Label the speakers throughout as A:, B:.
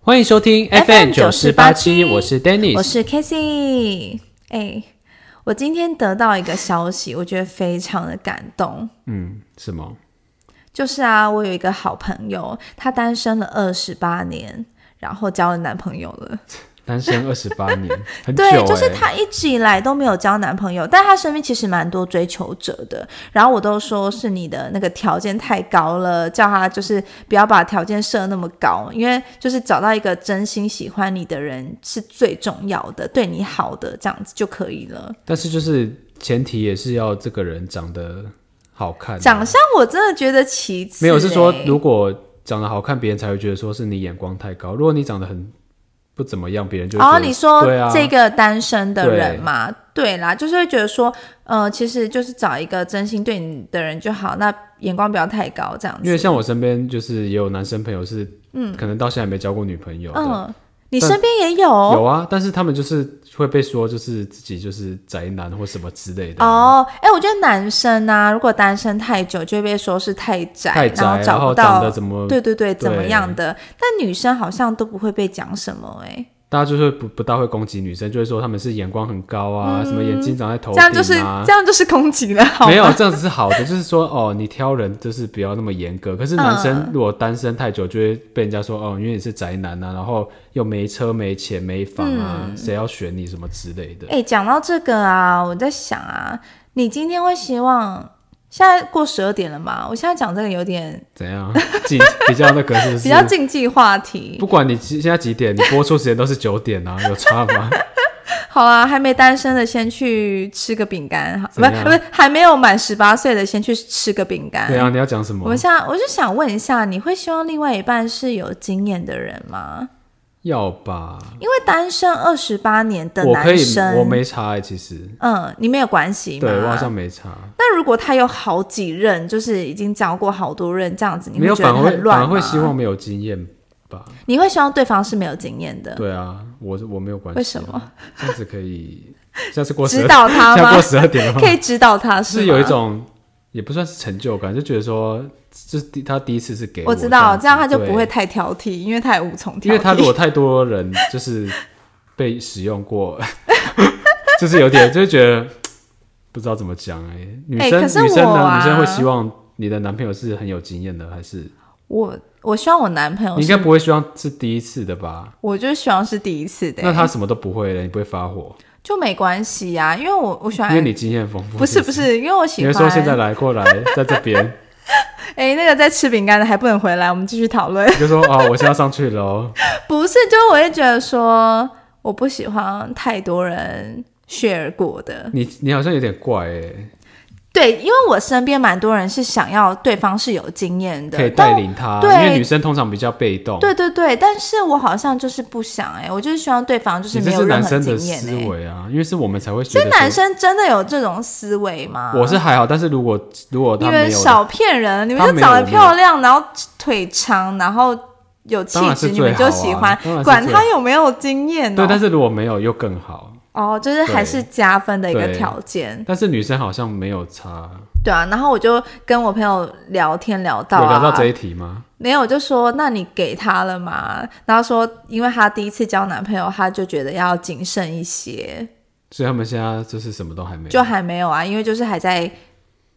A: 欢迎收听 FM 九四八七，我是
B: 我
A: Dennis。
B: 是 k a s e y 哎、我今天得到一个消息，我觉得非常的感动。
A: 嗯，什么？
B: 就是啊，我有一个好朋友，她单身了二十八年，然后交了男朋友了。
A: 单身二十八年，很久、
B: 对
A: 欸、，
B: 就是她一直以来都没有交男朋友，但她身边其实蛮多追求者的。然后我都说是你的那个条件太高了，叫她就是不要把条件设那么高，因为就是找到一个真心喜欢你的人是最重要的，对你好的这样子就可以了。
A: 但是就是前提也是要这个人长得好看啊、
B: 长相我真的觉得其次、
A: 没有是说
B: 欸
A: 如果长得好看，别人才会觉得说是你眼光太高。如果你长得很不怎么样，别人就会觉
B: 哦，
A: 得
B: 你说
A: 对啊，
B: 这个单身的人嘛，对啦，就是会觉得说，呃，其实就是找一个真心对你的人就好，那眼光不要太高，这样
A: 因为
B: 子。
A: 像我身边就是也有男生朋友是，嗯，可能到现在没交过女朋友的。
B: 嗯，哦你
A: 但
B: 身边也有
A: 有啊，但是他们就是会被说，就是自己就是宅男或什么之类的啊。
B: 哦，哎、我觉得男生啊，如果单身太久，就会被说是太宅，
A: 太宅，
B: 然后找
A: 后
B: 不
A: 长
B: 到
A: 得，怎么？
B: 对对对，怎么
A: 对
B: 样的？但女生好像都不会被讲什么、欸，
A: 大家就是不不大会攻击女生，就会说她们是眼光很高啊，什么眼睛长在头顶
B: 哎，这
A: 啊。
B: 样就是这样就是攻击了，好吗
A: 没有这样子是好的， 就是说哦，你挑人就是不要那么严格。可是男
B: 嗯
A: 生如果单身太久，就会被人家说哦，因为你是宅男啊，然后又没车没钱没房啊，
B: 嗯
A: 谁要选你什么之类的。
B: 哎、讲到这个啊，我在想啊，你今天会希望现在过十二点了嘛？我现在讲这个有点
A: 怎样？ 几比较那个是不是？
B: 比较禁忌话题。
A: 不管你几现在几点，你播出时间都是九点啊，有差 吗？
B: 好啊，还没单身的先去吃个饼干，好，
A: 怎
B: 不是
A: 样
B: 不是，还没有满十八岁的先去吃个饼干
A: 对。啊，你要讲什
B: 我
A: 么
B: 们？现在我就想问一下，你会希望另外一半是有经验的人吗？
A: 要吧？
B: 因为单身二十八年的
A: 我可
B: 男
A: 以
B: 生，，
A: 我没差、欸，其实。
B: 嗯，你没有关系
A: 对，我好像
B: 吗？
A: 没差，
B: 那如果他有好几任，就是已经交过好多任这样子，你
A: 没
B: 会
A: 有
B: 觉
A: 反
B: 得
A: 而会
B: 很乱
A: 反而
B: 吗？
A: 会希望没有经验吧？
B: 你会希望对方是没有经验的，
A: 对啊，我我没有关系、啊。
B: 为什么？
A: 这样子可以，下次过十
B: 指
A: 二，
B: 导他
A: 下
B: 吗
A: 过？十二点的话
B: 可，以指导他
A: 是
B: 吗
A: 有一，种也不算是成就感，就觉得说，就是第他第一次是给
B: 我
A: 我
B: 知道，这样他
A: 子
B: 就不会，
A: 对
B: 太挑剔，因为他也无从挑剔。
A: 因为他如果太多人就是被使用过， 就是有点就是觉得不知道怎么讲哎、女
B: 哎
A: 生、
B: 可是
A: 女生
B: 我
A: 呢，
B: 啊
A: 女生会希望你的男朋友是很有经验的，还是
B: 我我希望我男朋友
A: 你应该
B: 哦是，
A: 不会希望是第一次的吧？
B: 我就希望是第一次的
A: 那
B: 欸，
A: 他什么都不会了，你不会发火，
B: 就没关系呀、因为我我喜
A: 因为
B: 欢。
A: 你经验丰富。
B: 不是不，是，因为我喜
A: 你会
B: 欢。
A: 说现在来过来，在这边，
B: 哎、那个在吃饼干的还不能回来，我们继续讨 论。
A: 你就说哦，我现在要上去了哦。
B: 不是，就我会觉得说，我不喜欢太多人 share 过的。
A: 你你好像有点怪哎，
B: 对，因为我身边蛮多人是想要对方是有经验的，
A: 可以
B: 但
A: 带领他，
B: 对
A: 因为女生通常比较被动。，
B: 对对对，但是我好像就是不想哎、我就是希望对方就是
A: 你这
B: 没有
A: 是
B: 任
A: 男
B: 何
A: 生的
B: 经验
A: 思
B: 哎、
A: 维啊，因为是我们才会觉
B: 所以
A: 得
B: 男
A: 说。
B: 生真的有这种思维吗？
A: 我是还好，但是如果如果
B: 你
A: 他没
B: 们
A: 有，
B: 少骗人，你们
A: 他
B: 就
A: 没
B: 长得
A: 有
B: 漂亮，然后腿长，然后有气
A: 当然
B: 质，
A: 是
B: 你
A: 最
B: 们
A: 好啊
B: 就喜欢，
A: 当然是
B: 管
A: 最
B: 他
A: 好
B: 有没有经验哦。
A: 对，但是如果没有又更好。
B: 哦，就是还
A: 对
B: 是加分的一个
A: 对
B: 条件，
A: 但是女生好像没有差，
B: 对啊。然后我就跟我朋友聊天聊到
A: 有
B: 啊，
A: 聊到这一题吗？
B: 没有，我就说那你给她了吗？然后说，因为她第一次交男朋友，她就觉得要谨慎一些，
A: 所以他们现在就是什么都还没有，
B: 就还没有啊，因为就是还在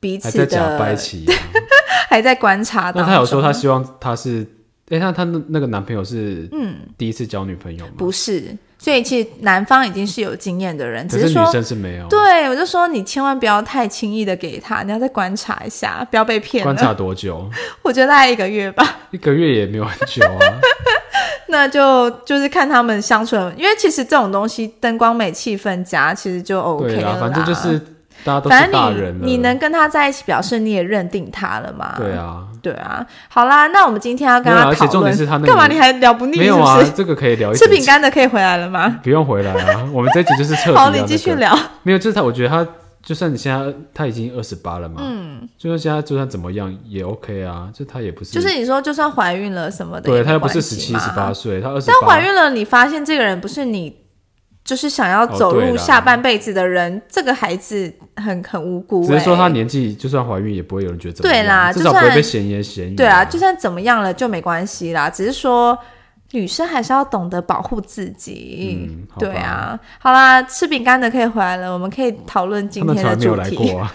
B: 彼
A: 还
B: 此
A: 在
B: 的
A: 假掰期啊、
B: 还在观察当
A: 那
B: 中。
A: 她有说她希望她是，哎、那她那那个男朋友是嗯第一次交女朋友吗？
B: 不是，所以其实男方已经是有经验的人，
A: 可
B: 只
A: 是
B: 说
A: 女生是没有，
B: 对我就说你千万不要太轻易的给他，你要再观察一下，不要被骗
A: 观
B: 了。
A: 察多久？
B: 我觉得大概一个月吧。
A: 一个月也没有很久啊。
B: 那就就是看他们相处的，因为其实这种东西，灯光美、气氛佳，其实就 OK
A: 对啦，
B: 了啦。
A: 反正就是大家都
B: 反
A: 是
B: 正
A: 大
B: 你
A: 人了，
B: 你能跟他在一起，表示你也认定他了嘛？
A: 对啊，
B: 对啊，好啦，那我们今天要跟
A: 没有啊
B: 他
A: 而且
B: 讨
A: 重
B: 论
A: 点是他那个
B: 干嘛？你还聊不腻
A: 没
B: 是
A: 有
B: 不
A: 啊，
B: 是？
A: 这个可以聊一
B: 吃饼
A: 集，
B: 干的可以回来了吗？
A: 不用回来啊。我们这一集就是彻底
B: 好，
A: 聊
B: 你继续
A: 那个
B: 聊。
A: 没有，就是他，我觉得他就算你现在他已经二十八了嘛，嗯，就算现在就算怎么样也 OK 啊，就他也不是，
B: 就是你说，就算怀孕了什么的，
A: 对他又
B: 又
A: 不是十七十八，岁，他二十
B: 但怀
A: 八，
B: 孕了，你发现这个人不是你，就是想要
A: 哦
B: 走
A: 对
B: 入
A: 啦
B: 下半辈子的人，这个孩子很很无辜、欸。
A: 只是说他年纪就算怀孕也不会有人觉得怎么样，
B: 对啦
A: 至少
B: 就
A: 不
B: 算
A: 会被闲言闲语、啊
B: 对啊，就算怎么样了就没关系啦，只是说女生还是要懂得保护自己，
A: 嗯好吧
B: 对啊。好啦，吃饼干的可以回来了，我们可以讨论今
A: 他们
B: 天
A: 从
B: 的
A: 来没有来
B: 主题。
A: 过啊。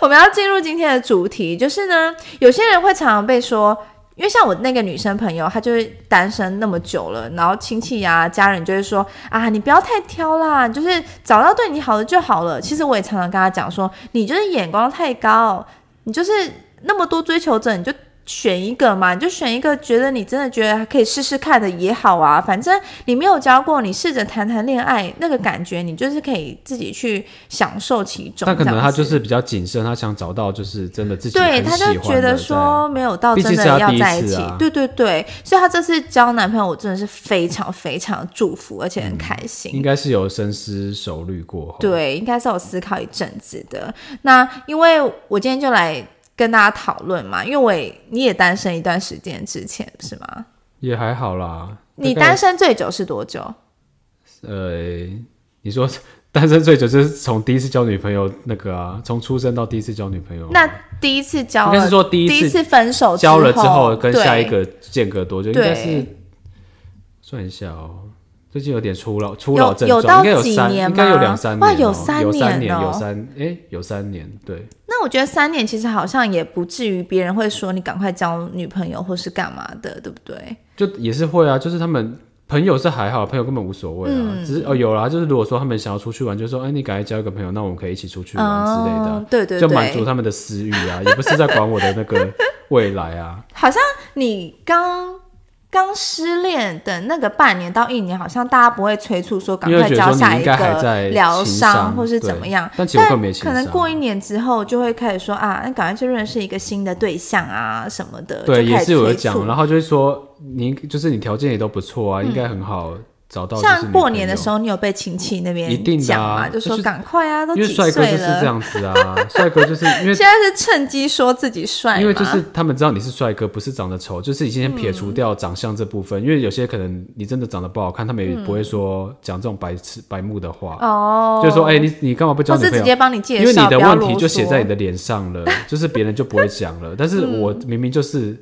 B: 我们要进入今天的主题，就是呢，有些人会常常被说，因为像我那个女生朋友，她就是单身那么久了，然后亲戚呀、家人就会说啊，你不要太挑啦，就是找到对你好的就好了。其实我也常常跟她讲说，你就是眼光太高，你就是那么多追求者，你就。选一个嘛，你就选一个觉得你真的觉得可以试试看的也好啊。反正你没有交过，你试着谈谈恋爱，那个感觉你就是可以自己去享受其中。
A: 但可能
B: 这
A: 他
B: 样子
A: 就是比较谨慎，他想找到就是真的自己
B: 对，
A: 很
B: 他
A: 喜
B: 就
A: 欢的
B: 觉得
A: 这
B: 说
A: 样
B: 没有到
A: 毕
B: 真
A: 竟
B: 的
A: 是他
B: 要
A: 第一
B: 在一
A: 次
B: 起，
A: 啊
B: 对对对，所以她这次交男朋友，我真的是非常非常祝福，而且很开心。
A: 应该是哦有深思熟虑过后。
B: 对，应该是有思考一阵子的。那因为我今天就来跟大家讨论嘛，因为我也你也单身一段时间之前是吗？
A: 也还好啦。
B: 你
A: 大概
B: 单身最久是多久？
A: 哦呃，你说 单身最久就是从第一次交女朋友那个啊，从出生到第一次交女朋友，
B: 那第一次交
A: 应该是
B: 了，
A: 说第
B: 第
A: 一次
B: 次分手
A: 交了
B: 之
A: 之后跟下
B: 对
A: 一个间隔多久？应
B: 对
A: 该是算一下哦。最近有点初老，初
B: 有
A: 老症
B: 有
A: 状，
B: 到
A: 应该有
B: 几
A: 三，
B: 年
A: 应该有
B: 吗
A: 两三年、
B: 哇
A: 哦，
B: 有
A: 有
B: 三
A: 三
B: 年
A: 年，
B: 哦
A: 有三，哎、有三年，对，
B: 那我觉得三年其实好像也不至于别人会说你赶快交女朋友或是干嘛的，对不对？
A: 就也是会啊，就是他们朋友是还好，朋友根本无所谓啊，
B: 嗯
A: 只是哦有啦，就是如果说他们想要出去玩，就说哎、你赶快交一个朋友，那我们可以一起出去玩之类的啊、
B: 嗯对对
A: 就满
B: 对
A: 足。他们的私欲啊，也不是在管我的那个未来啊。
B: 好像你刚刚失恋的那个半年到一年，好像大家不会催促说 赶
A: 因为
B: 快
A: 觉得
B: 交
A: 说
B: 下
A: 你
B: 一
A: 应该还在
B: 个疗
A: 情
B: 伤
A: 伤
B: 或是怎
A: 对
B: 么样。
A: 但其实我根本没情
B: 可能
A: 伤
B: 过一年之后就会开始说啊，那赶快去认识一个新的对象啊什么的。
A: 对，
B: 就
A: 也
B: 开始
A: 是有
B: 催
A: 讲，
B: 促嗯
A: 然后就是说你就是你条件也都不错啊，应该很好找到。
B: 像过年的时
A: 候。
B: 候，你有被亲戚那边
A: 一定的
B: 讲
A: 啊
B: 吗？就说
A: 就是
B: 赶快啊，都
A: 因
B: 几
A: 为
B: 岁
A: 帅
B: 了。
A: 哥就是这样子啊，帅哥就是 因为
B: 现在是趁机说自己帅吗，
A: 因为就是他们知道你是帅哥，不是长得丑，就是已经先撇
B: 嗯
A: 除掉长相这部分。因为有些可能你真的长得不好看，他们也不会说讲这种白痴白目的话，
B: 嗯哦，
A: 就是说，哎、你你干嘛不交
B: 或
A: 女
B: 是
A: 朋
B: 直
A: 友？
B: 接帮你介
A: 因为你
B: 绍，
A: 的
B: 不要
A: 问
B: 啰
A: 题
B: 嗦嗯
A: 就写在你的脸上了，就是别人就不会讲了。但是 我明明就是，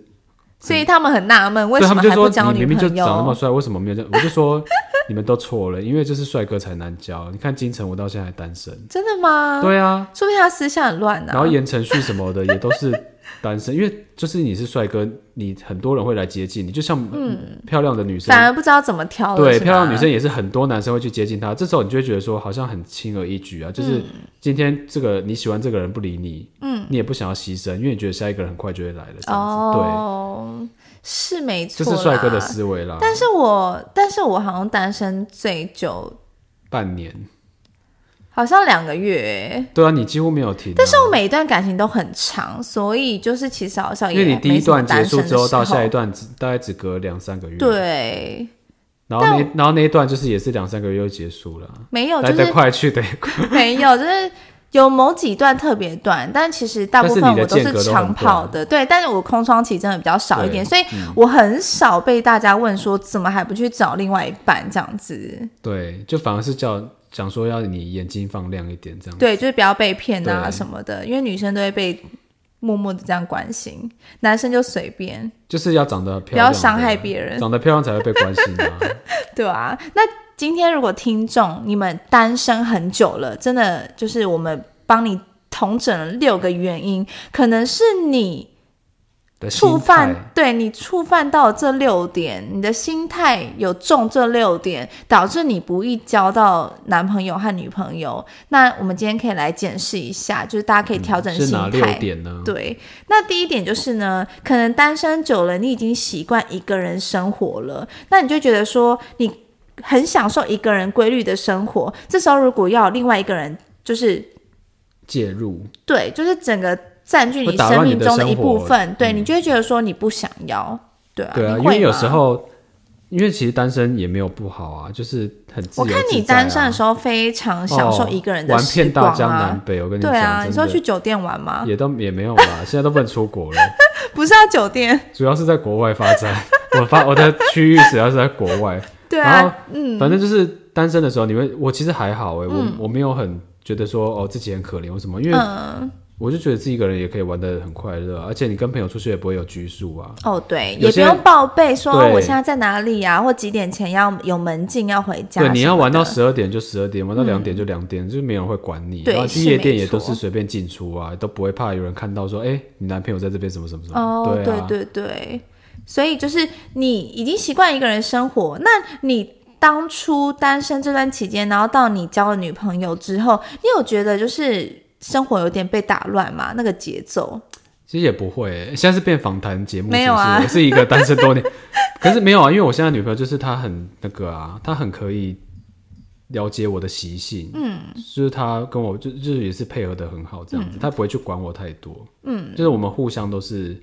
B: 所以他们很纳闷，为
A: 对
B: 什
A: 他们
B: 么
A: 就
B: 还不
A: 说
B: 交
A: 你
B: 女
A: 明明就
B: 朋
A: 长那么
B: 友？
A: 帅，为什么没有交？我就说你们都错了，因为就是帅哥才难交。你看金城武到现在还单身，
B: 真的吗？，
A: 对啊，
B: 说不定他思想很乱呢、啊
A: 然后言承旭什么的也都是单身，因为就是你是帅哥，你很多人会来接近你，就像
B: 嗯
A: 嗯漂亮的女生，
B: 反而不知道怎么挑了。
A: 对
B: 是吗
A: 漂亮女生也是很多男生会去接近她，这时候你就会觉得说好像很轻而易举啊，就是
B: 嗯
A: 今天这个你喜欢这个人不理你，嗯，你也不想要牺牲，因为你觉得下一个人很快就会来了，这样子，
B: 哦，是没
A: 对，这
B: 错，
A: 是帅哥的。思维啦，
B: 但是我，但是我好像单身最久，
A: 半年，
B: 好像两个月欸。
A: 对啊，你几乎没有停、啊，
B: 但是我每一段感情都很长，所以就是其实好像
A: 因
B: 也
A: 为你第
B: 没
A: 一
B: 什么
A: 段结
B: 单身
A: 束
B: 的
A: 之后到
B: 时候
A: 下一段只大概只隔两三个月，，
B: 对，
A: 然后那然后那一段就是也是两三个月就结束了啊。
B: 没有，
A: 来
B: 就
A: 得
B: 是
A: 快去得 快，
B: 没有，就是有某几段特别短，但其实大部分
A: 但是你的
B: 我都
A: 间隔
B: 是
A: 都很嗯
B: 长跑的，对。但是我空窗期真的比较少一点，
A: 对
B: 所以我很少被大家问说怎么还不去找另外一半这样子。
A: 对，就反而是叫讲说要你眼睛放亮一点这样。
B: 对，就是不要被骗啊
A: 对
B: 什么的，因为女生都会被默默的这样关心，男生就随便，
A: 就是要长得漂
B: 不要
A: 亮，
B: 伤害别人，
A: 长得漂亮才会被关心啊。
B: 对啊。那今天如果听众你们单身很久了，真的就是我们帮你统整了六个原因，可能是你
A: 的心
B: 触
A: 态
B: 犯，对你触犯到这六点，你的心态有中这六点，导致你不易交到男朋友和女朋友。那我们今天可以来检视一下，就是大家可以调整
A: 嗯是
B: 心
A: 哪六
B: 态。
A: 点嗯呢？
B: 对，那第一点就是呢，可能单身久了，你已经习惯一个人生活了，那你就觉得说你很享受一个人规律的生活。这时候如果要有另外一个人，就是
A: 介入，
B: 对，就是整个占据你
A: 会打
B: 生
A: 乱你
B: 命
A: 的
B: 中的
A: 生
B: 一部
A: 活嗯
B: 分，对你就会觉得说你不想要，对啊，
A: 对啊，
B: 你
A: 因
B: 会
A: 为有
B: 吗
A: 时候，因为其实单身也没有不好啊，就是很自
B: 我
A: 由
B: 看你
A: 自在啊
B: 单身的时候非常享受一个人的
A: 哦玩
B: 时
A: 遍
B: 光
A: 大江南
B: 啊，
A: 北，我跟
B: 对啊，
A: 讲，
B: 你说
A: 真
B: 去
A: 的
B: 酒店玩吗？
A: 也都也没有啦， 现在都不能出国了，
B: 不是啊，酒店，
A: 主要是在国外发展。 我发我的区域主要是在国外，
B: 对
A: 然后
B: 啊，嗯，
A: 反正就是单欸身的时候，你会我其实还好哎、我我没有很觉得说哦自己很可怜，为什么？因为
B: 嗯，
A: 我就觉得自己一个人也可以玩的很快乐啊，而且你跟朋友出去也不会有拘束啊。
B: 哦，对，
A: 有
B: 也不
A: 些
B: 用报备说哦
A: 对
B: 我现在在哪里啊，或几点前要有门禁要回家什
A: 对，
B: 么的。嗯
A: 你要玩到十二点就十二点，玩到两点就两点，就是没有人会管你。
B: 对
A: 然后去
B: 是
A: 夜店
B: 没
A: 也都
B: 错
A: 是随便进出啊，都不会怕有人看到说，哎、你男朋友在这边什么什么什么。
B: 哦，
A: 对
B: 对
A: 啊，
B: 对对，所以就是你已经习惯一个人生活，那你当初单身这段期间，然后到你交了女朋友之后，你有觉得就是生活有点被打乱吗？那个节奏？
A: 其实也不会、欸现在是变访谈节目，
B: 没有啊
A: 是不是我是一个单身多年， 可是没有啊，因为我现在女朋友就是她很那个啊，她很可以了解我的习性，嗯，就是她跟我就就是也是配合的很好这样
B: 嗯
A: 子，她不会去管我太多，嗯，就是我们互相都是，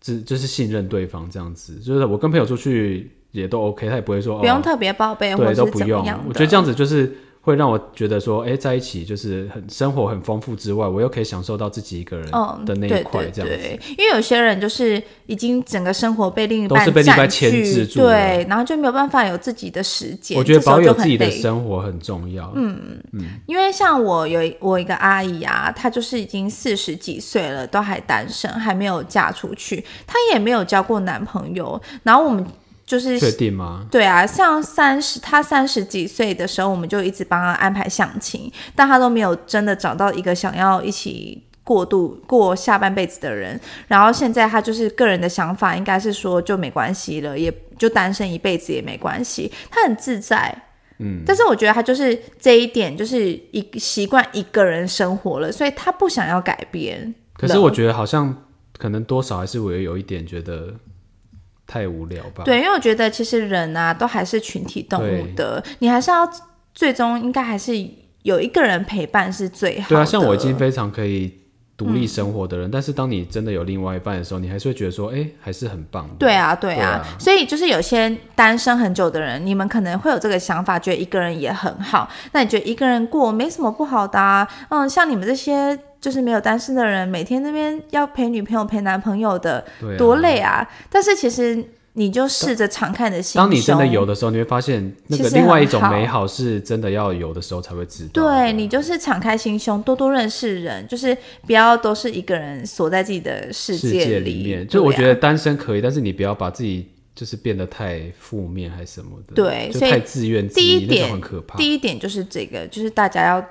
A: 只就是信任对方这样子，就是我跟朋友出去也都 OK，她也不会说
B: 不用
A: 哦
B: 特别报哎备，或
A: 对
B: 者
A: 都
B: 是
A: 不
B: 怎么
A: 用
B: 样，
A: 我
B: 的
A: 觉得这样子就是。会让我觉得说，哎、在一起就是很生活很丰富之外，我又可以享受到自己一个人
B: 嗯
A: 的那一
B: 对
A: 块，
B: 对
A: 这样子。
B: 对，因为有些人就是已经整个生活被另一
A: 都
B: 半
A: 是被另一半
B: 占
A: 牵
B: 据
A: 制住了
B: 对，然后就没有办法有自己的时间，
A: 我觉得
B: 这时候
A: 保
B: 就
A: 有
B: 很
A: 自己的
B: 累
A: 生活很重要。嗯，
B: 因为像我有一我一个阿姨啊，她就是已经四十几岁了，都还单身，还没有嫁出去，她也没有交过男朋友。然后我们就是
A: 确定吗？
B: 对啊，像三十，她三十几岁的时候，我们就一直帮她安排相亲，但她都没有真的找到一个想要一起过度过下半辈子的人。然后现在她就是个人的想法，应该是说就没关系了，也就单身一辈子也没关系，她很自在。嗯，但是我觉得她就是这一点，就是一习惯一个人生活了，所以她不想要改变。
A: 可是我觉得好像可能多少还是我有一点觉得太无聊吧。，
B: 对，因为我觉得其实人啊，都还是群体动物的，你还是要最终应该还是有一个人陪伴是最好的。嗯
A: 对啊，像我已经非常可以独立生活的人，但是当你真的有另外一半的时候，你还是会觉得说，哎、还是很棒的。
B: 对啊，对
A: 对
B: 啊，
A: 啊
B: 所以就是有些单身很久的人，你们可能会有这个想法，觉得一个人也很好。那你觉得一个人过没什么不好的啊？嗯，像你们这些就是没有单身的人，每天那边要陪女朋友、陪男朋友的，
A: 对啊
B: 多累啊！但是其实你就试着敞开你的心胸，
A: 当你真的有的时候，你会发现那
B: 其
A: 个
B: 实很
A: 另外一种
B: 好
A: 美好是真的要有的时候才会知道。
B: 对你就是敞开心胸，多多认识人，就是不要都是一个人锁在自己的世
A: 世
B: 界
A: 里面，
B: 对
A: 就我觉得
B: 啊。
A: 单身可以，但是你不要把自己就是变得太负面还是什么的，
B: 对
A: 就
B: 所以
A: 太自怨自
B: 第
A: 艾那
B: 一
A: 种
B: 点
A: 很可怕。
B: 第一点就是这个，就是大家要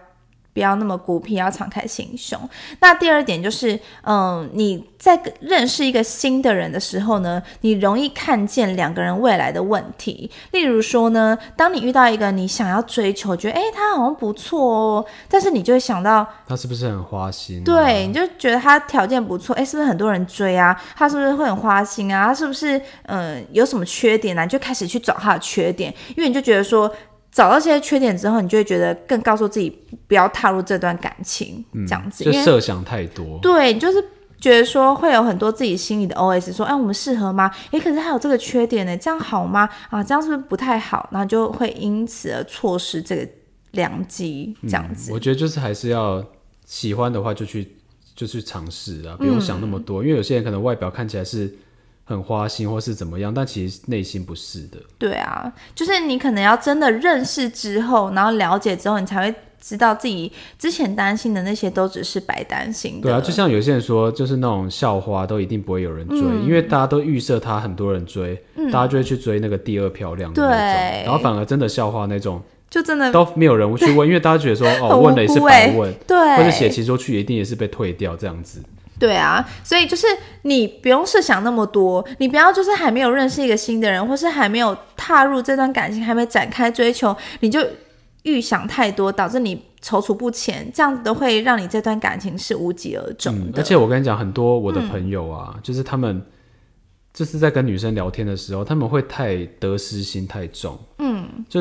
B: 不要那么孤僻，要敞开心胸。那第二点就是，嗯，你在跟认识一个新的人的时候呢，你容易看见两个人未来的问题。例如说呢，当你遇到一个你想要追求，觉得诶他好像不错哦，但是你就会想到，
A: 他是不是很花心、啊？
B: 对，你就觉得他条件不错，哎，是不是很多人追啊？他是不是会很花心啊？他是不是嗯、呃有什么缺点啊？你就开始去找他的缺点，因为你就觉得说找到这些缺点之后，你就会觉得更告诉自己不要踏入这段感情，这样
A: 嗯
B: 子，
A: 就
B: 因为
A: 设想太多。
B: 对，你就是。觉得说会有很多自己心里的 OS，说哎，我们适合吗？哎，可是他有这个缺点呢，这样好吗？啊，这样是不是不太好？然后就会因此而错失这个良机，这样子。
A: 我觉得就是还是要喜欢的话就去就去尝试啊，不用想那
B: 嗯
A: 么多，因为有些人可能外表看起来是很花心或是怎么样，但其实内心不是的。
B: 对啊，就是你可能要真的认识之后，然后了解之后，你才会知道自己之前担心的那些都只是白担心的。
A: 对啊，就像有些人说，就是那种校花都一定不会有人追，因为
B: 嗯
A: 大家都预设她很多人追，大家就会去追那个第二漂亮的那种，
B: 对
A: 然后反而真的校花那种
B: 就真的
A: 都没有人去问，因为大家觉得说哦，
B: 很无
A: 问了也是
B: 辜
A: 白
B: 欸
A: 问，或者写
B: 对，
A: 情书去一定也是被退掉这样子。
B: 对啊，所以就是你不用设想那么多，你不要就是还没有认识一个新的人，或是还没有踏入这段感情，还没展开追求，你就预想太多，导致你踌躇不前，这样子都会让你这段感情是无疾而终
A: 嗯，
B: 的。嗯
A: 而且我跟你讲，很多我的朋友啊，就是他们就是在跟女生聊天的时候，他们会太得失心太重。嗯，就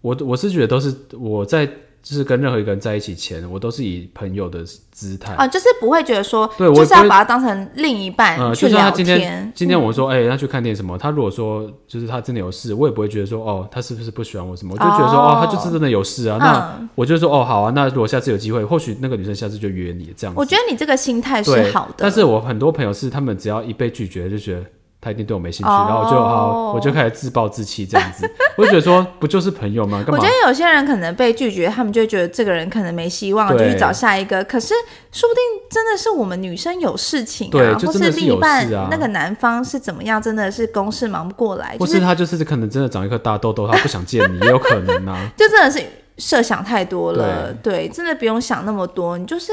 A: 我我是觉得都是我在就是跟任何一个人在一起前，我都是以朋友的姿态。
B: 啊，就是不会觉得说，
A: 对我
B: 就是要
A: 不会
B: 把它当成另一半
A: 呃，
B: 哎去
A: 就算
B: 聊
A: 他今
B: 天嗯
A: 天。今天我说，哎、他去看电影什么？他如果说就是他真的有事，我也不会觉得说，哦，他是不是不喜欢我什么？我就觉得说，
B: 哦嗯
A: 哦，他就是真的有事啊。那我就说，哦，好啊，那如果下次有机会，或许那个女生下次就约你这样子。
B: 我觉得你这个心态
A: 对
B: 是好的，
A: 但是我很多朋友是他们只要一被拒绝，就觉得他一定对我没兴趣，
B: 哦
A: 然后我就好，我就开始自暴自弃这样子。 我就觉得说，不就是朋友吗？干
B: 我
A: 嘛
B: 觉？得有些人可能被拒绝，他们就会觉得这个人可能没希望，就
A: 对
B: 去找下一个。可是说不定真的是我们女生有事情、啊，
A: 对就
B: 或
A: 真的是
B: 另一
A: 有
B: 半
A: 事啊
B: 那个男方是怎么样，真的是公事忙不过来，
A: 或
B: 就是是
A: 他就是可能真的长一颗大痘痘，他不想见你也有可能啊。
B: 就真的是设想太多了。对，真的不用想那么多，你就是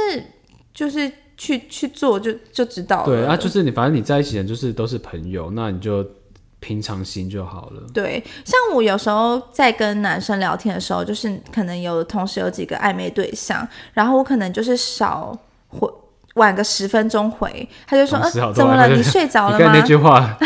B: 就是去去做就就知道了。
A: 对啊，就是你，反正你在一起的人就是都是朋友，那你就平常心就好了。
B: 对，像我有时候在跟男生聊天的时候，就是可能有同时有几个暧昧对象，然后我可能就是少回晚个十分钟回，他就说：“
A: 同时好
B: 呃，
A: 多
B: 怎么了？
A: 暧昧
B: 你睡着
A: 你
B: 了
A: 看
B: 吗
A: 那句话，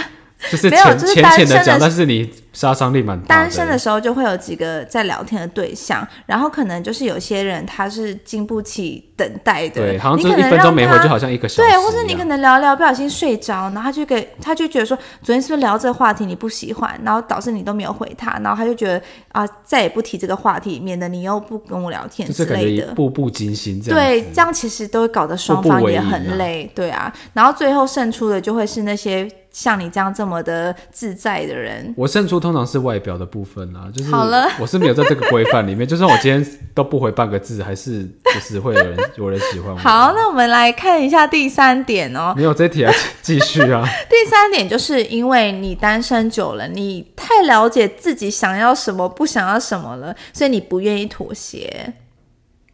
A: 就是
B: 没有
A: 浅
B: 就是
A: 浅
B: 单
A: 浅的
B: 身的
A: 讲，
B: 时
A: 但是你杀伤力蛮？”大
B: 单身的时候就会有几个在聊天的对象，然后可能就是有些人他是经不起等待的，
A: 对，好像
B: 你
A: 就
B: 可
A: 是一
B: 能
A: 分钟
B: 让
A: 没回，
B: 他
A: 就好像一个小时一
B: 对，
A: 样。
B: 或者你可能聊聊不小心睡着，然后他就给他就觉得说，昨天是不是聊这个话题你不喜欢，然后导致你都没有回他，然后他就觉得啊、再也不提这个话题，免得你又不跟我聊天
A: 就是
B: 之
A: 感觉
B: 类
A: 一
B: 的。
A: 步步惊心这样。
B: 对，这样其实都会搞得双方
A: 步步为
B: 也
A: 营
B: 很
A: 啊
B: 累，对啊。然后最后胜出的就会是那些像你这样这么的自在的人。
A: 我胜出通常是外表的部分啦，就是
B: 好了
A: 我是没有在这个规范里面，就算我今天都不回半个字，还是就是会有人有人喜欢我。
B: 好，，那我们来看一下第三点哦。
A: 没有这一题啊，继续啊。
B: 第三点就是因为你单身久了，你太了解自己想要什么、不想要什么了，所以你不愿意妥协。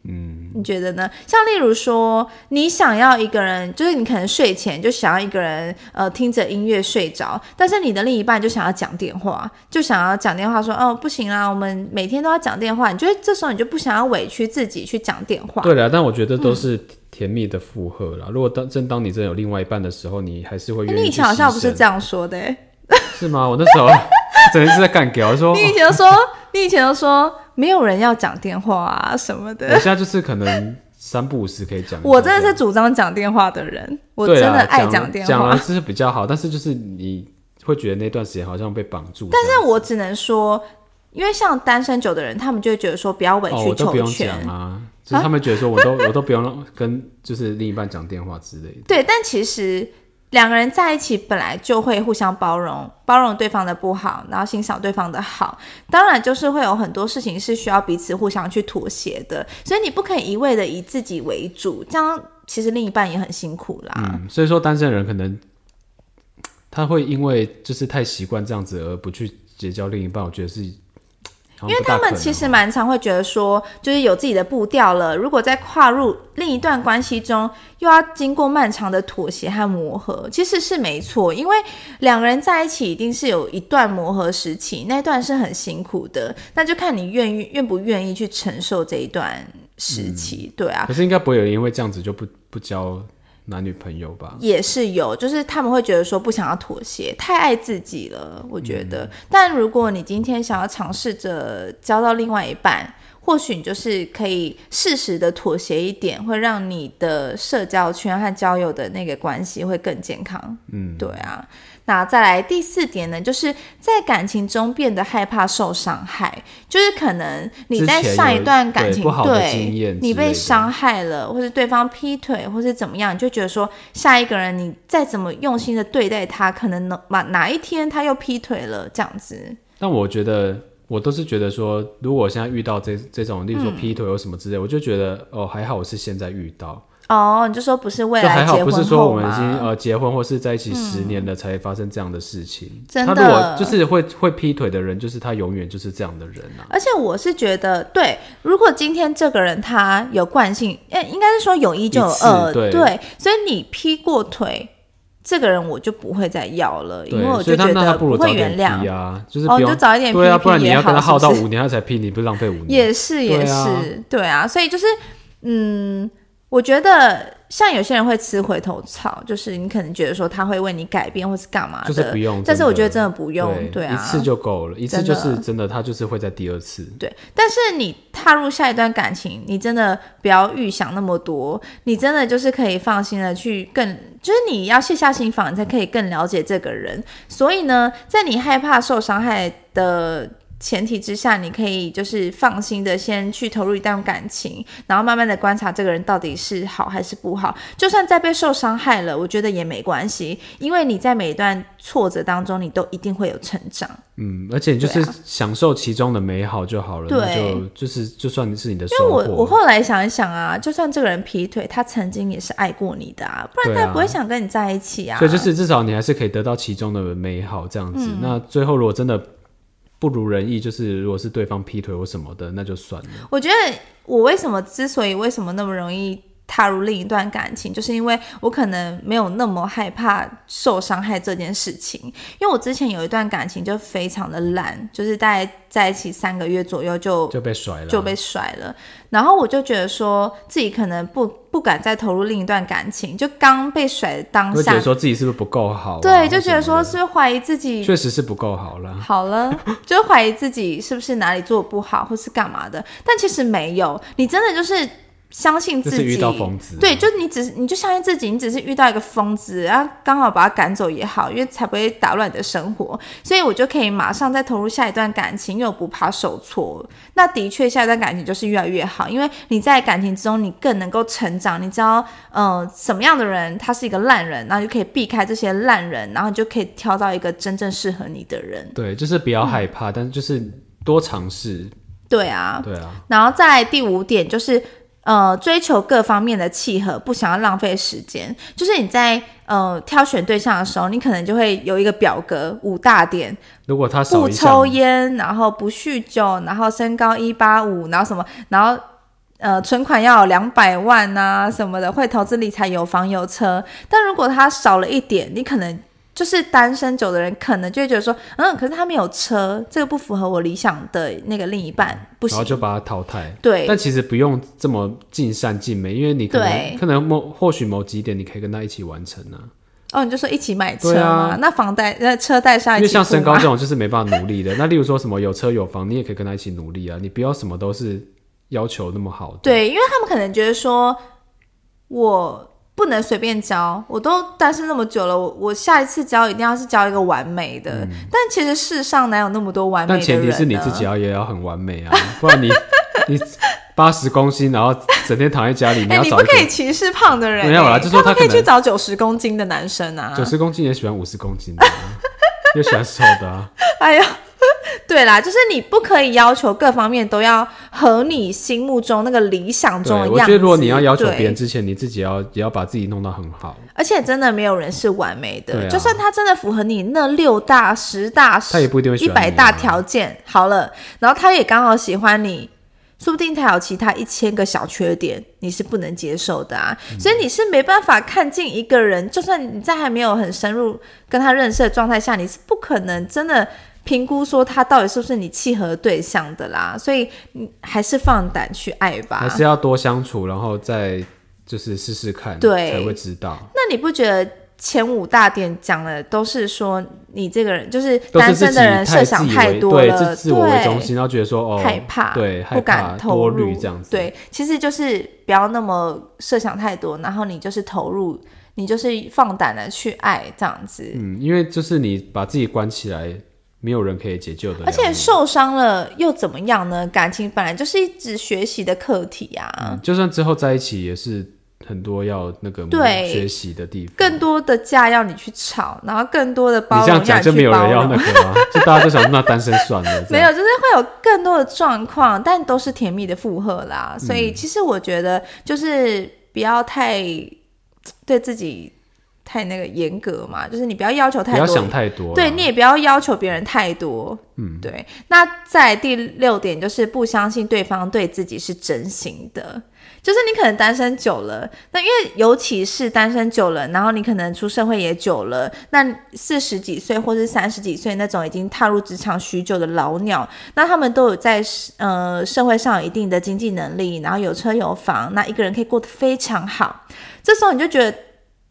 B: 嗯，你觉得呢？像例如说，你想要一个人，就是你可能睡前就想要一个人，呃，听着音乐睡着，但是你的另一半就想要讲电话，就想要讲电话说，哦，不行啦，我们每天都要讲电话。你觉得这时候你就不想要委屈自己去讲电话？
A: 对了，但我觉得都
B: 嗯
A: 是甜蜜的负荷啦。如果当正当你真的有另外一半的时候，你还是会
B: 诶
A: 愿意。
B: 哎你以前好像不是这
A: 样，
B: 样说的、欸。
A: 是吗？我那时候 整天是在干屌，说。
B: 你以
A: 哦
B: 前都说，你以前都说没有人要讲电话啊什么
A: 我
B: 的。
A: 现在就是可能三不五时可以讲一下。
B: 我真的是主张讲电话的人，我真
A: 对啊
B: 的爱
A: 讲
B: 电
A: 讲
B: 话
A: 了。是比较好，但是就是你会觉得那段时间好像被绑住这样。但
B: 但我只能说，因为像单身久的人，他们就会觉得说不要委
A: 哦，
B: 曲
A: 我都不
B: 求
A: 用
B: 全
A: 讲。啊，就是他们觉得说我都 我都不用让跟就是另一半讲电话之类的。
B: 对，但其实两个人在一起本来就会互相包容，包容对方的不好，然后欣赏对方的好。当然，就是会有很多事情是需要彼此互相去妥协的，所以你不可以一味的以自己为主，这样其实另一半也很辛苦啦。
A: 嗯，所以说单身人可能他会因为就是太习惯这样子而不去结交另一半，我觉得是，因
B: 因为他们
A: 哦
B: 其实蛮常会觉得说，就是有自己的步调了，如果在跨入另一段关系中，又要经过漫长的妥协和磨合，其实是没错。因为两个人在一起一定是有一段磨合时期，那段是很辛苦的，那就看你愿意愿不愿意去承受这一段时期，对啊。
A: 可是应该不会有人因为这样子就不不交男女朋友吧？
B: 也是有，就是他们会觉得说不想要妥协，太爱自己了。我觉得，但如果你今天想要尝试着交到另外一半，或许你就是可以适时的妥协一点，会让你的社交圈和交友的那个关系会更健康。嗯，对啊。那再来第四点呢，就是在感情中变得害怕受伤害，就是可能你在
A: 之前有
B: 上一段感
A: 对
B: 情
A: 不好的经验
B: 你
A: 之类
B: 被
A: 的
B: 伤害了，或是对方劈腿，或是怎么样，你就觉得说下一个人你再怎么用心的对待他，可能能哪哪一天他又劈腿了这样子。
A: 但我觉得，我都是觉得说，如果我现在遇到这这种，例如说
B: 嗯
A: 劈腿或什么之类，我就觉得哦，还好我是现在遇到，
B: 哦，你就说不是未
A: 就还
B: 来
A: 好
B: 结
A: 不是
B: 婚
A: 说
B: 后
A: 我们已经
B: 吗？
A: 呃结婚或是在一起十年了才发生这样的事情。
B: 真
A: 他
B: 的
A: 如果就是会会劈腿的人，就是他永远就是这样的人啊。
B: 而且我是觉得，对，如果今天这个人他有惯性，哎，应该是说有一就有
A: 一次
B: 二，
A: 对
B: 所以你劈过腿，这个人我就不会再要了，因为我
A: 对，所
B: 就
A: 以他
B: 觉
A: 那他
B: 得
A: 不如早
B: 会
A: 点
B: 原
A: 劈
B: 谅。
A: 啊，就是
B: 哦，
A: 不
B: 你
A: 用、
B: 就早一点劈劈
A: 对
B: 也
A: 啊，
B: 好，
A: 不然你要跟他耗到
B: 是不是
A: 五年，他才劈你，不是浪费五年？
B: 也是
A: 对
B: 也是，
A: 啊
B: 对啊，所以就是，嗯，我觉得像有些人会吃回头草，就是你可能觉得说他会为你改变或是干嘛的，
A: 就是不用
B: 但是
A: 真
B: 我觉得
A: 的
B: 真的不用，
A: 对，
B: 对啊，
A: 一次就够了，一次
B: 真的
A: 就是真的，他就是会在第二次。
B: 对，但是你踏入下一段感情，你真的不要预想那么多，你真的就是可以放心的去更，就是你要卸下心防，你才可以更了解这个人。所以呢，在你害怕受伤害的前提之下，你可以就是放心的先去投入一段感情，然后慢慢的观察这个人到底是好还是不好。就算再被受伤害了，我觉得也没关系，因为你在每一段挫折当中，你都一定会有成长。
A: 嗯，而且你就是
B: 对啊
A: 享受其中的美好就好了，
B: 对
A: 那就就是就算是你的收
B: 因为
A: 获。
B: 我我后来想一想啊，就算这个人劈腿，他曾经也是爱过你的啊，不然
A: 对
B: 他
A: 啊
B: 也不会想跟你在一起啊。嗯
A: 所以就是至少你还是可以得到其中的美好这样子。那最后如果真的不如人意，就是如果是对方劈腿或什么的，那就算了。
B: 我觉得我为什么之所以为什么那么容易踏入另一段感情，就是因为我可能没有那么害怕受伤害这件事情。因为我之前有一段感情就非常的烂，就是大概在一起三个月左右就
A: 就被甩了，
B: 就被甩了。然后我就觉得说自己可能不不敢再投入另一段感情，就刚被甩的当
A: 啊会觉
B: 下
A: 得，说自己是不是不够好啊、
B: 对，就觉得说
A: 或什么
B: 是不是怀疑自己
A: 的确实是不够好啦。
B: 好了， 就怀疑自己是不是哪里做得不好，或是干嘛的。但其实没有，你真的就是相信自
A: 就
B: 己。
A: 是遇到疯子
B: 对，就你只是你就相信自己，你只是遇到一个疯子，然后刚好把他赶走也好，因为才不会打乱你的生活。所以我就可以马上再投入下一段感情，因为我不怕受挫。那的确，下一段感情就是越来越好，因为你在感情之中，你更能够成长。你知道，嗯、什么样的人他是一个烂人，然后就可以避开这些烂人，然后你就可以挑到一个真正适合你的人。
A: 对，就是不要害
B: 嗯
A: 怕，但是就是多尝试。
B: 对啊，
A: 对啊，
B: 然后再来第五点就是，呃，追求各方面的契合，不想要浪费时间。就是你在呃挑选对象的时候，你可能就会有一个表格五大点：
A: 如果他少
B: 不
A: 一
B: 抽
A: 项，
B: 烟，然后不酗酒，然后身高一八五，然后什么，然后。呃，存款要有两百万呐、什么的，会投资理财，有房有车。但如果他少了一点，你可能就是单身久的人，可能就会觉得说，嗯，可是他没有车，这个不符合我理想的那个另一半，不
A: 然
B: 行
A: 后。就把他淘汰。
B: 对，
A: 但其实不用这么尽善尽美，因为你可
B: 对
A: 能可能某或许某几点你可以跟他一起完成啊。
B: 哦，你就说一起买车
A: 对
B: 吗？
A: 啊
B: 那房贷、那车贷是要
A: 因
B: 一
A: 为
B: 起
A: 像
B: 付吗？
A: 身高这种就是没办法努力的。那例如说什么有车有房，你也可以跟他一起努力啊。你不要什么都是要求那么好的。
B: 对，因为他们可能觉得说，我不能随便交，我都单身那么久了，我我下一次交一定要是交一个完美的。但其实世上哪有那么多完美
A: 嗯但
B: 的啊人？
A: 前提是你自己。要也要很完美啊，不然你 你八十公斤，然后整天躺在家里，你
B: 哎、
A: 要
B: 你
A: 找
B: 不
A: 一
B: 可以
A: 个
B: 歧视胖的人、欸，
A: 没有啦就说
B: 他
A: 他
B: 们可以
A: 可能
B: 去找九十公斤的男生啊。
A: 九十公斤也喜欢五十公斤的、啊，也喜欢瘦的啊。
B: 哎呀， 对啦，就是你不可以要求各方面都要和你心目中那个理想
A: 对
B: 中的，样
A: 我
B: 子。
A: 觉得如果你要要求
B: 对
A: 别人之前，你自己要也要把自己弄到很好，
B: 而且真的没有人是完美的，
A: 对啊
B: 就算他真的符合你那六大、十大、
A: 他也不一定会
B: 一
A: 喜欢
B: 百
A: 你啊
B: 大条件，好了，然后他也刚好喜欢你，说不定他有其他一千个小缺点，你是不能接受的啊。
A: 嗯
B: 所以你是没办法看尽一个人，就算你在还没有很深入跟他认识的状态下，你是不可能真的。评估说他到底是不是你契合的对象的啦，所以你还是放胆去爱吧。
A: 还是要多相处，然后再就是试试看，
B: 对
A: 才会知道。
B: 那你不觉得前五大点讲的都是说你这个人就是
A: 都是
B: 单
A: 自
B: 身
A: 己
B: 的人设
A: 自
B: 想
A: 以
B: 太
A: 为
B: 多
A: 对，
B: 了，
A: 自自我为中心，然后觉得说哦，
B: 害怕，
A: 对，害
B: 不敢
A: 怕
B: 投
A: 多
B: 入
A: 虑这样子，，
B: 对，其实就是不要那么设想太多，然后你就是投入，你就是放胆的去爱这样子。
A: 嗯，因为就是你把自己关起来，没有人可以解救的，
B: 而且受伤了又怎么样呢？感情本来就是一直学习的课题啊。
A: 嗯，就算之后在一起也是很多要那个
B: 对
A: 学习的地方。
B: 更多的架要你去吵，然后更多的包
A: 你
B: 容
A: 这样
B: 要
A: 讲就
B: 去
A: 没有
B: 包
A: 人
B: 容
A: 要那个吗？就大家都想那单身算了，这
B: 没
A: 样
B: 有，就是会有更多的状况，但都是甜蜜的负荷啦。
A: 嗯
B: 所以其实我觉得，就是不要太对自己太那个严格嘛，就是你不要要求
A: 不
B: 太
A: 要
B: 多
A: 想，太多啦。
B: 对你也不要要求别人太多。嗯，对。那再来第六点就是不相信对方对自己是真心的。就是你可能单身久了，那因为尤其是单身久了，然后你可能出社会也久了，那四十几岁或是三十几岁那种已经踏入职场许久的老鸟，那他们都有在呃社会上有一定的经济能力，然后有车有房，那一个人可以过得非常好。这时候你就觉得，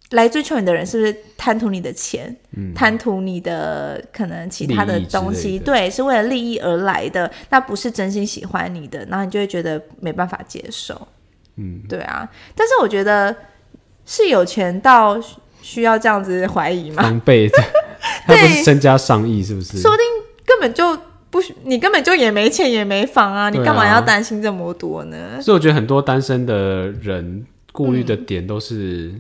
B: 来追求你的人是不是贪图你的钱，贪图你的可能其他的
A: 嗯利益之
B: 东西，
A: 类的
B: 对，是为了利益而来的，那不是真心喜欢你的，然后你就会觉得没办法接受。嗯，对啊，但是我觉得是有钱到需需要这样子怀疑吗？
A: 防备，他不是身家上亿是不是？
B: 说不定根本就不许，你根本就也没钱也没房啊，你
A: 对啊
B: 干嘛要担心这么多呢？
A: 所以我觉得很多单身的人顾虑的点都是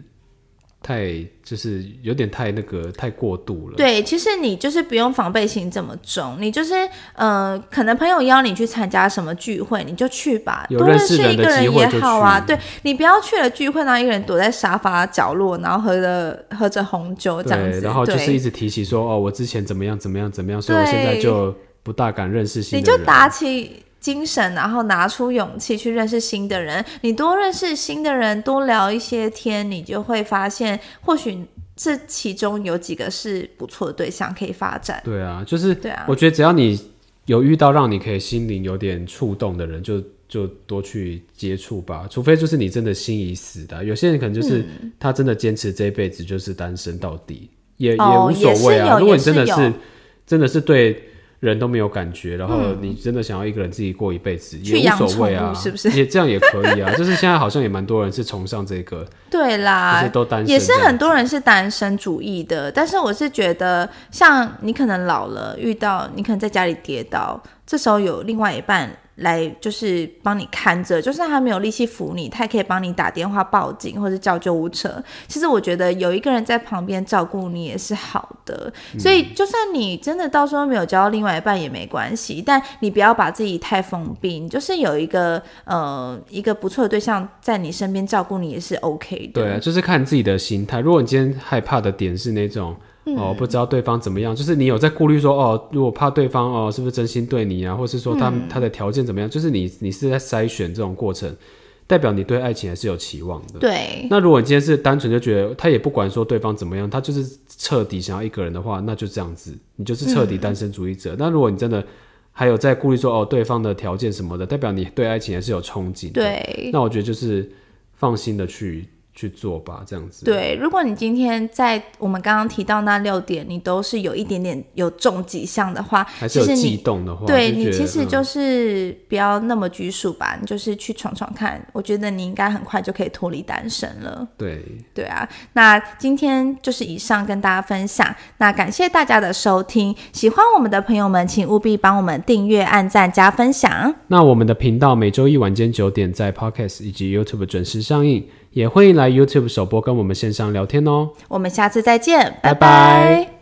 A: 太，就是有点太那个太过度了。
B: 对，其实你就是不用防备心这么重，你就是呃，可能朋友邀你去参加什么聚会，你就去吧，
A: 有
B: 多
A: 认
B: 认
A: 识
B: 识
A: 人
B: 一
A: 的
B: 个人
A: 机会
B: 也
A: 就
B: 好啊。
A: 去
B: 对你不要去了聚会，然后一个人躲在沙发角落，然后喝着喝着红酒这样
A: 对，
B: 子，
A: 然后就是
B: 对
A: 一直提起说哦，我之前怎么样怎么样怎么样，所以我
B: 对
A: 现在就不大敢认识新
B: 你
A: 的
B: 就
A: 人。
B: 打起精神，然后拿出勇气去认识新的人。你多认识新的人，多聊一些天，你就会发现，或许这其中有几个是不错的对象可以发展。
A: 对啊，就是
B: 对啊
A: 我觉得只要你有遇到让你可以心灵有点触动的人，就就多去接触吧。除非就是你真的心已死的啊、有些人可能就是
B: 嗯
A: 他真的坚持这一辈子就是单身到底，也、
B: 哦
A: 无所谓
B: 也是
A: 啊。
B: 有
A: 如果你真的
B: 也
A: 是
B: 是有
A: 真的是对人都没有感觉，然后你真的想要一个人自己过一辈子，
B: 嗯去
A: 也
B: 养
A: 无所谓
B: 宠
A: 啊，
B: 物是不是
A: 也这样也可以啊。就是现在好像也蛮多人是崇尚这 个，
B: 对
A: 就
B: 啦，
A: 是都单身这
B: 啊也
A: 样，
B: 是很多人是单身主义的，但是我是觉得，像你可能老了，遇到你可能在家里跌倒，这时候有另外一半来就是帮你看着，就算他没有力气扶你，他也可以帮你打电话报警或者叫救护车。其实我觉得有一个人在旁边照顾你也是好的，
A: 嗯
B: 所以就算你真的到时候没有交到另外一半也没关系，但你不要把自己太封闭，你就是有一个呃一个不错的对象在你身边照顾你也是 OK 的。
A: 对啊，就是看自己的心态。如果你今天害怕的点是那种、
B: 嗯
A: 哦，不知道对方怎么样，就是你有在顾虑说哦，如果怕对方哦是不是真心对你啊，或是说他、
B: 嗯
A: 他的条件怎么样，就是你你是在筛选这种过程，代表你对爱情还是有期望的。
B: 对，
A: 那如果你今天是单纯就觉得他也不管说对方怎么样，他就是彻底想要一个人的话，那就这样子，你就是彻
B: 嗯
A: 底单身主义者。那如果你真的还有在顾虑说哦对方的条件什么的，代表你对爱情还是有憧憬的。
B: 对
A: 那我觉得就是放心的去去做吧，这样子。，
B: 对，如果你今天在我们刚刚提到那六点，你都是有一点点有中几项的话，
A: 还是
B: 其
A: 有
B: 实
A: 悸
B: 你
A: 动的话，
B: 对
A: 就
B: 你
A: 觉得
B: 其实就
A: 嗯
B: 是不要那么拘束吧，你就是去闯闯看，我觉得你应该很快就可以脱离单身了。
A: 对，
B: 对啊，那今天就是以上跟大家分享，那感谢大家的收听，喜欢我们的朋友们，请务必帮我们订阅、按赞、加分享。
A: 那我们的频道每周一晚间九点在 Podcast 以及 YouTube 准时上映，也欢迎来 YouTube 首播跟我们线上聊天哦。
B: 我们下次再见，
A: 拜
B: 拜
A: 拜
B: 拜